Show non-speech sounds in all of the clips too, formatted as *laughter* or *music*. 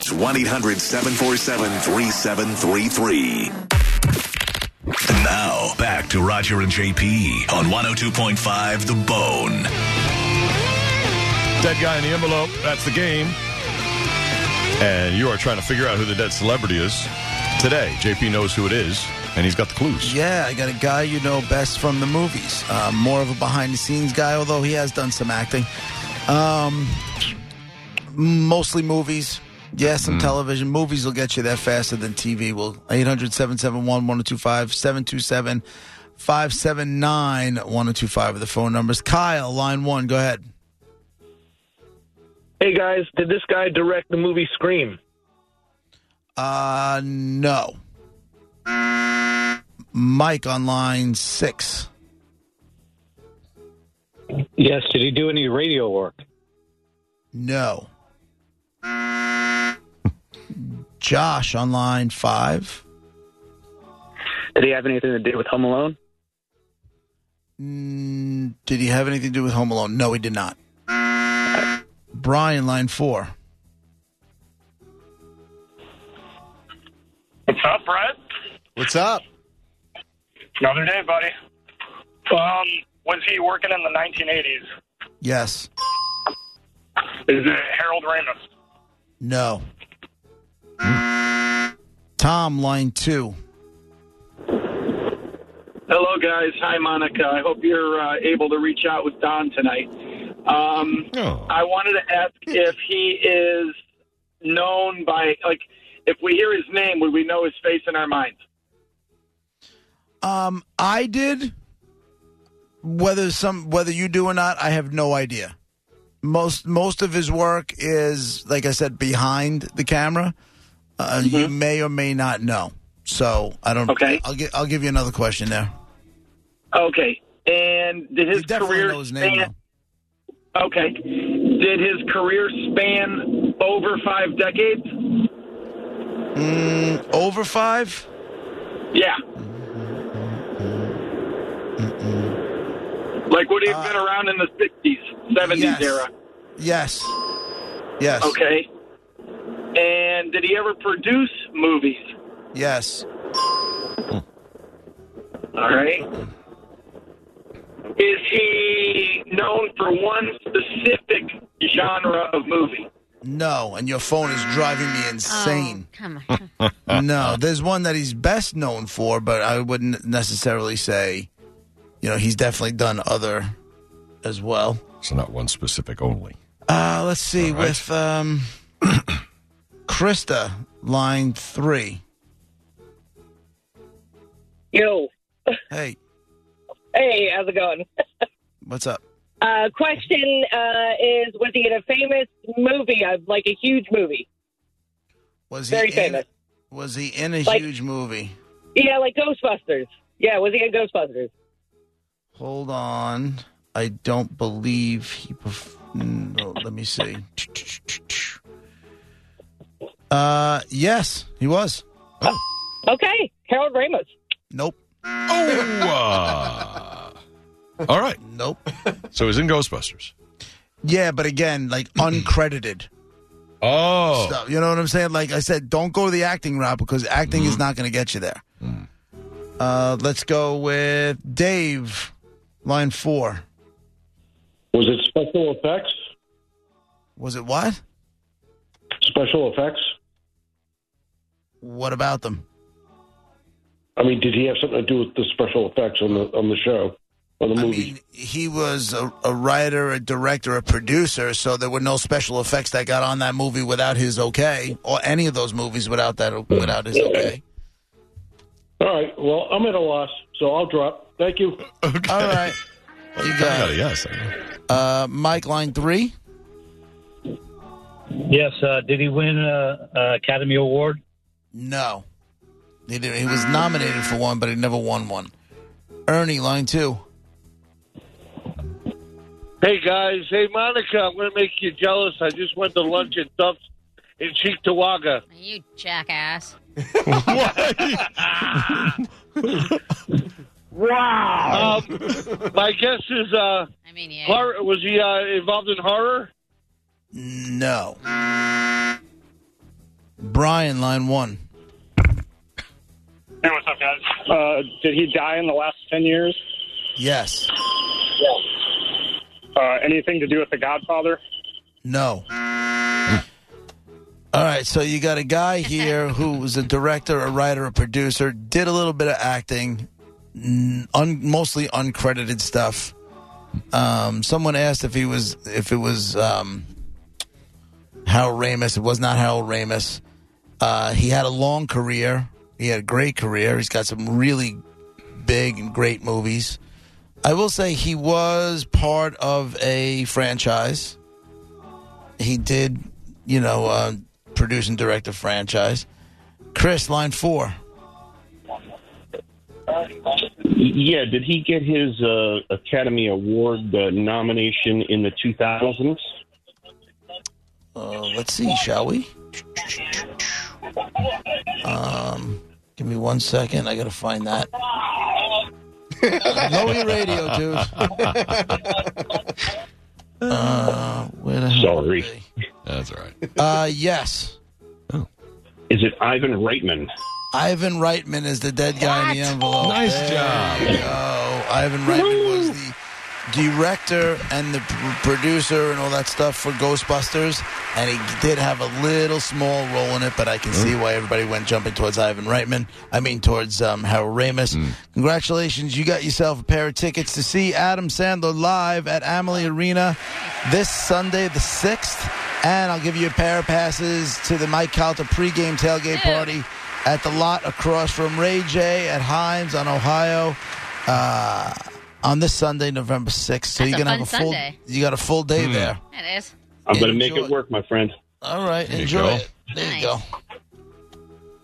It's 1 800 747 3733. Now, back to Roger and JP on 102.5 The Bone. Dead guy in the envelope. That's the game. And you are trying to figure out who the dead celebrity is today. JP knows who it is, and he's got the clues. Yeah, I got a guy you know best from the movies. Uh, more of a behind the scenes guy, although he has done some acting. Um, mostly movies. Yeah, some television. Movies will get you there faster than TV will. 800 771 1025 727 579 1025 are the phone numbers. Kyle, line one, go ahead. Hey guys, did this guy direct the movie Scream? Uh, no. Mike on line six. Yes. Did he do any radio work? No. Josh on line five. Did he have anything to do with Home Alone? Mm, did he have anything to do with Home Alone? No, he did not. Brian, line four. What's up, Brett? What's up? Another day, buddy. Um, was he working in the 1980s? Yes. Is it Harold Ramis? No. Tom, line two. Hello, guys. Hi, Monica. I hope you're uh, able to reach out with Don tonight. Um, Oh. I wanted to ask if he is known by, like, if we hear his name, would we know his face in our minds? Um, I did. Whether some whether you do or not, I have no idea. Most most of his work is, like I said, behind the camera. Uh, You may or may not know. So I don't. Mm-hmm. Okay. I'll give I'll give you another question there. Okay. And did his you definitely career know his name. span? Okay. Did his career span over five decades? though. Mm, over five. Yeah. Mm-hmm. Like, would he have been around in the 60s, 70s Uh, Yes. era? Yes. Yes. Okay. And did he ever produce movies? Yes. All right. Is he known for one specific genre of movie? No. And your phone is driving me insane. Oh, Come *laughs* on. no, there's one that he's best known for, but I wouldn't necessarily say, you know, he's definitely done other as well. So not one specific only. Uh, let's see All right. with um, *coughs* Krista, line three. Yo. Hey, Hey, how's it going? what's up? Uh, question uh, is Was he in a famous movie, uh, like a huge movie? Was Very he in, famous. was he in a Like- huge movie? Yeah, like Ghostbusters. Yeah, was he in Ghostbusters? Hold on, I don't believe he. Perf- no, let me see. Uh, yes, he was. Okay, Harold Ramis. Nope, Oh. uh, all right. nope. So he's in Ghostbusters. Yeah, but again, like uncredited Oh. stuff. You know what I'm saying? Like I said, don't go to the acting route because acting is not going to get you there. Uh, let's go with Dave, line four. Was it special effects? Was it what? Special effects? What about them? I mean, did he have something to do with the special effects on the on the show, on the I movie? mean, he was a, a writer, a director, a producer, so there were no special effects that got on that movie without his okay, or any of those movies without that without his okay. All right. Well, I'm at a loss, so I'll drop. Thank you. *laughs* Okay. All right, you got it. yes. Uh, Mike, line three. Yes. Uh, did he win uh, uh, Academy Award? No. He, did, he was nominated for one, but he never won one. Ernie, line two. Hey guys, hey Monica, I'm gonna make you jealous. I just went to lunch at Duff's in Cheektowaga. You jackass. wow. Um, my guess is uh, I mean, yeah. horror, was he uh, involved in horror? No. Brian, line one. Hey, what's up, guys? Uh, did he die in the last 10 years? Yes. Uh, anything to do with The Godfather? No. All right, so you got a guy here who was a director, a writer, a producer, did a little bit of acting, n- un, mostly uncredited stuff. Um, someone asked if he was if it was um, Harold Ramis. It was not Harold Ramis. Uh, he had a long career. He had a great career. He's got some really big and great movies. I will say he was part of a franchise. He did, you know, uh, produce and direct a franchise. Chris, line four. Yeah, did he get his uh, Academy Award uh, nomination in the 2000s? Uh, let's see, shall we? Um, give me one second. I gotta find that. *laughs* Lower your radio, dude. uh, where the hell? Sorry. That's all right. Uh, yes. Is it Ivan Reitman? Ivan Reitman is the dead guy in the envelope. Nice job. Ivan Reitman was the director and the pr- producer and all that stuff for Ghostbusters, and he did have a little small role in it. But I can see why everybody went jumping towards Ivan Reitman. I mean, towards um, Harold Ramis. Congratulations, you got yourself a pair of tickets to see Adam Sandler live at Amalie Arena this Sunday, the sixth. And I'll give you a pair of passes to the Mike Calta pregame tailgate party at the lot across from Ray J at Hines on Ohio uh, on this Sunday, November sixth. So That's you're a gonna have fun a full Sunday. you got a full Hmm. day there. That is. I'm going to make it work, my friend. All right, There you enjoy go. it. There you go.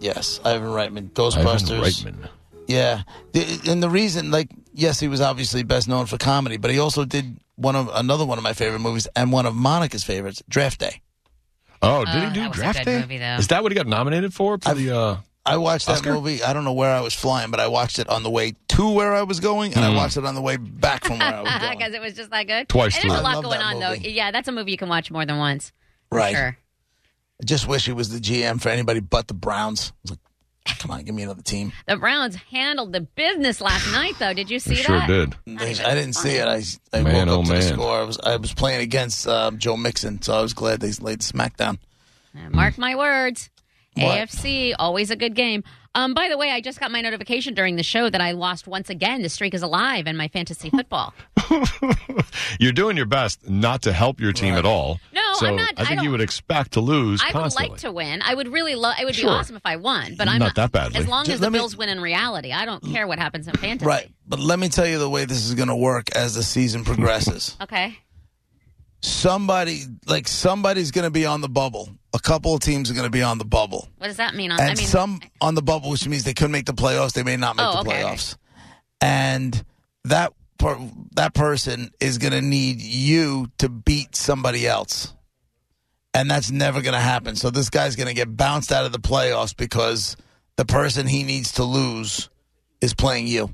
Yes, Ivan Reitman, Ghostbusters. Reitman. Yeah, The- and the reason, like, yes, he was obviously best known for comedy, but he also did one of another one of my favorite movies and one of Monica's favorites, Draft Day. Oh, did Oh, he do that was a Draft good Day? movie, though. Is that what he got nominated for? for the, uh, I watched that Oscar? movie. I don't know where I was flying, but I watched it on the way to where I was going, and I Hmm. watched it on the way back from where I *laughs* was. Because it was just that good. Twice And through. there's a I lot Oh, love going that on though. movie. Yeah, that's a movie you can watch more than once. for Right. Sure. I just wish he was the GM for anybody but the Browns. I was like, come on, give me another team. The Browns handled the *sighs* business last night though. Did you see that? They- I didn't see it. I, I Man, woke up oh, to the man. score. I was I was playing against um, Joe Mixon, so I was glad they laid smackdown. Uh, Mark my words. What? AFC, always a good game. Um, by the way, I just got my notification during the show that I lost once again. The streak is alive in my fantasy football. You're doing your best not to help your team at all. No, I'm so not- I I think don't- you would expect to lose I would constantly. like to win. I would really love. It would Sure. be awesome if I won, but I'm Not that badly. As long Just as the let me- Bills win in reality, I don't care what happens in fantasy. Right, but let me tell you the way this is going to work as the *laughs* season progresses. Okay. Somebody like somebody's going to be on the bubble. A couple of teams are going to be on the bubble. What does that mean? and I mean, some on the bubble, which means they could make the playoffs. They may not make Oh, the okay, okay. playoffs, and that per, that person is going to need you to beat somebody else, and that's never going to happen. So this guy's going to get bounced out of the playoffs because the person he needs to lose is playing you.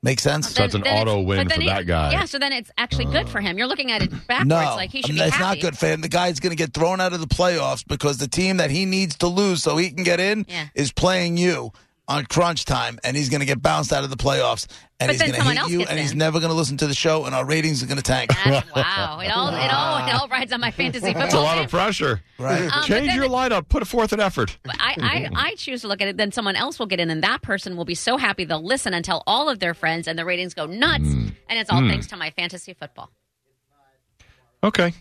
Make sense? then- then it's- but then he- Yeah, so then it's actually good for him. You're looking at it backwards, Uh, No, like he should be it's happy. not good for him. The guy's going to get thrown out of the playoffs because the team that he needs to lose so he can get in Yeah. is playing you on crunch time, and he's going to get bounced out of the playoffs, and But he's then going to someone hate else you, gets and he's in. never going to listen to the show, and our ratings are going to tank. *laughs* Wow, it all, it all, it all rides on my fantasy football. That's a lot game. of pressure. Right. Um, but Change then- your lineup. Put forth an effort. But I, I, I choose to look at it. Then someone else will get in, and that person will be so happy they'll listen and tell all of their friends, and the ratings go nuts. And it's all Mm. thanks to my fantasy football. Okay.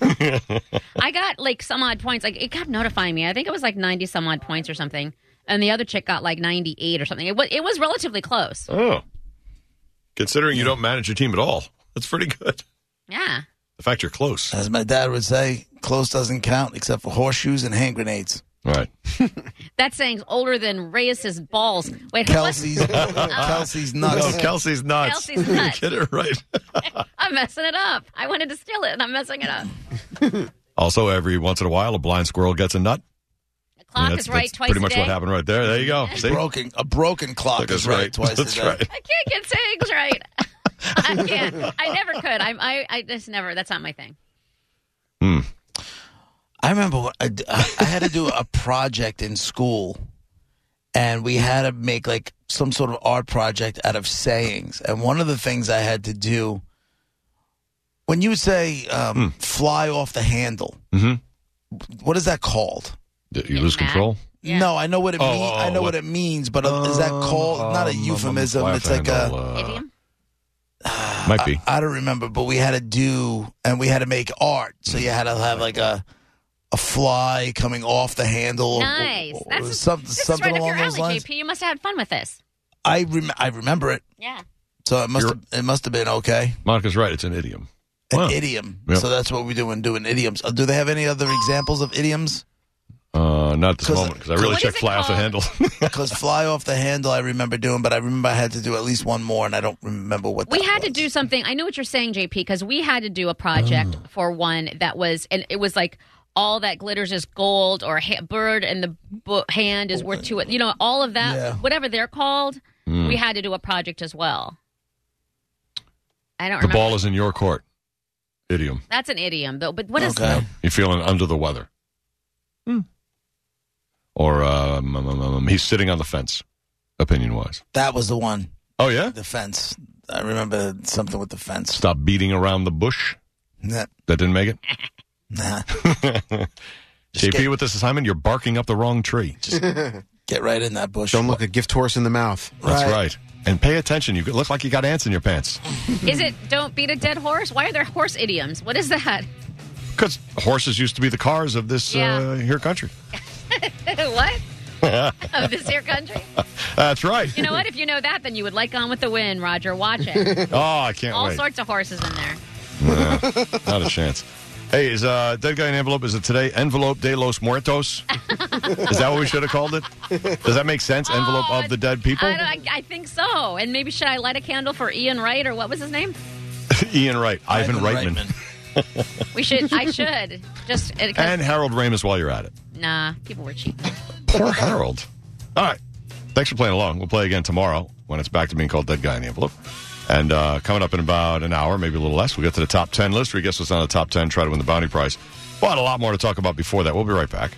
I got like some odd points. Like it kept notifying me. I think it was like ninety some odd points or something, and the other chick got like ninety eight or something. It was it was relatively close. Oh. Considering you don't manage your team at all, that's pretty good. Yeah. The fact you're close. As my dad would say, close doesn't count except for horseshoes and hand *laughs* grenades. Right. That saying's older than Reyes's balls. Wait, *laughs* Kelsey's, what? Kelsey's nuts. *laughs* No, Kelsey's nuts. *laughs* Kelsey's nuts. Get it right. I'm messing it up. I wanted to steal it, and I'm messing it up. Also, every once in a while, a blind squirrel gets a nut. The clock that's is right that's twice pretty a much day. what happened right there. There you go. See? Broken, a broken clock Look, is that's right, right. twice That's a day. right. I can't get *laughs* sayings right. *laughs* I can't. I never could. I'm, I I just never. That's not my thing. I remember what I, d- I- I had to do a project in school, and we had to make like some sort of art project out of sayings. And one of the things I had to do when you would say um, "fly off the handle," what is that called? You lose control. No, I know what it Oh, means. I oh, know what- what um, it means, but uh, is that called not a euphemism? It's like a uh, idiom. Might be. I don't remember, but we had to do and we had to make art. So you had to have like a a fly coming off the oh, handle. or- Nice. Or, That's some- this is something right along up your those alley, lines. JP. You must have had fun with this. I rem- I remember it. Yeah. So it must have, it must have been okay. Monica's right. It's an idiom. An Wow. idiom. Yep. So that's what we do when doing idioms. Uh, Do they have any other examples of idioms? Uh, not at this 'Cause- moment because I really What is checked it fly off the handle. *laughs* Because fly off the handle, I remember doing, but I remember I had to do at least one more, and I don't remember what. We had to do something. I know what you're saying, JP, because we had to do a project for one that was, and it was like all that glitters is gold, or ha- bird and the bo- hand is worth two. You know, all of that, Yeah. whatever they're called. Mm. We had to do a project as well. I don't the remember. ball is in your court. Idiom. That's an idiom, though. But what is You're feeling under the weather. Hmm. Or um, um, um, um, he's sitting on the fence, opinion wise. That was the one. Oh yeah. The fence. I remember something with the fence. Stop beating around the bush. Nah. That didn't make it. *laughs* Nah. JP with this assignment, you're barking up the wrong tree. Get right in that bush. Don't look a gift horse in the mouth. That's right. And pay attention. You look like you got ants in your pants. Is it don't beat a dead horse? Why are there horse idioms? What is that? *laughs* Because horses used to be the cars of this uh, here country. what? Of this here country? That's right. *laughs* You know what? If you know that, then you would like On with the Wind, Roger. *laughs* Watch it. Oh, I can't All wait. sorts of horses in there. Nah, not a chance. Hey, is uh, Dead Guy in Envelope, is it today Envelope de los Muertos? is that what we should have called it? Does that make sense? Envelope of the Dead People? I, don't, I, I think so. And maybe should I light a candle for Ian Wright or what was his name? Ian Wright, Ivan, Ivan Reitman, We should. I should. Just it, and Harold Ramis while you're at it. nah. People were cheap. Poor Harold. All right. Thanks for playing along. We'll play again tomorrow when it's back to being called Dead Guy in the Envelope. And uh, coming up in about an hour, maybe a little less, we'll get to the top 10 list. We guess what's on the top 10, try to win the bounty prize. But a lot more to talk about before that. We'll be right back.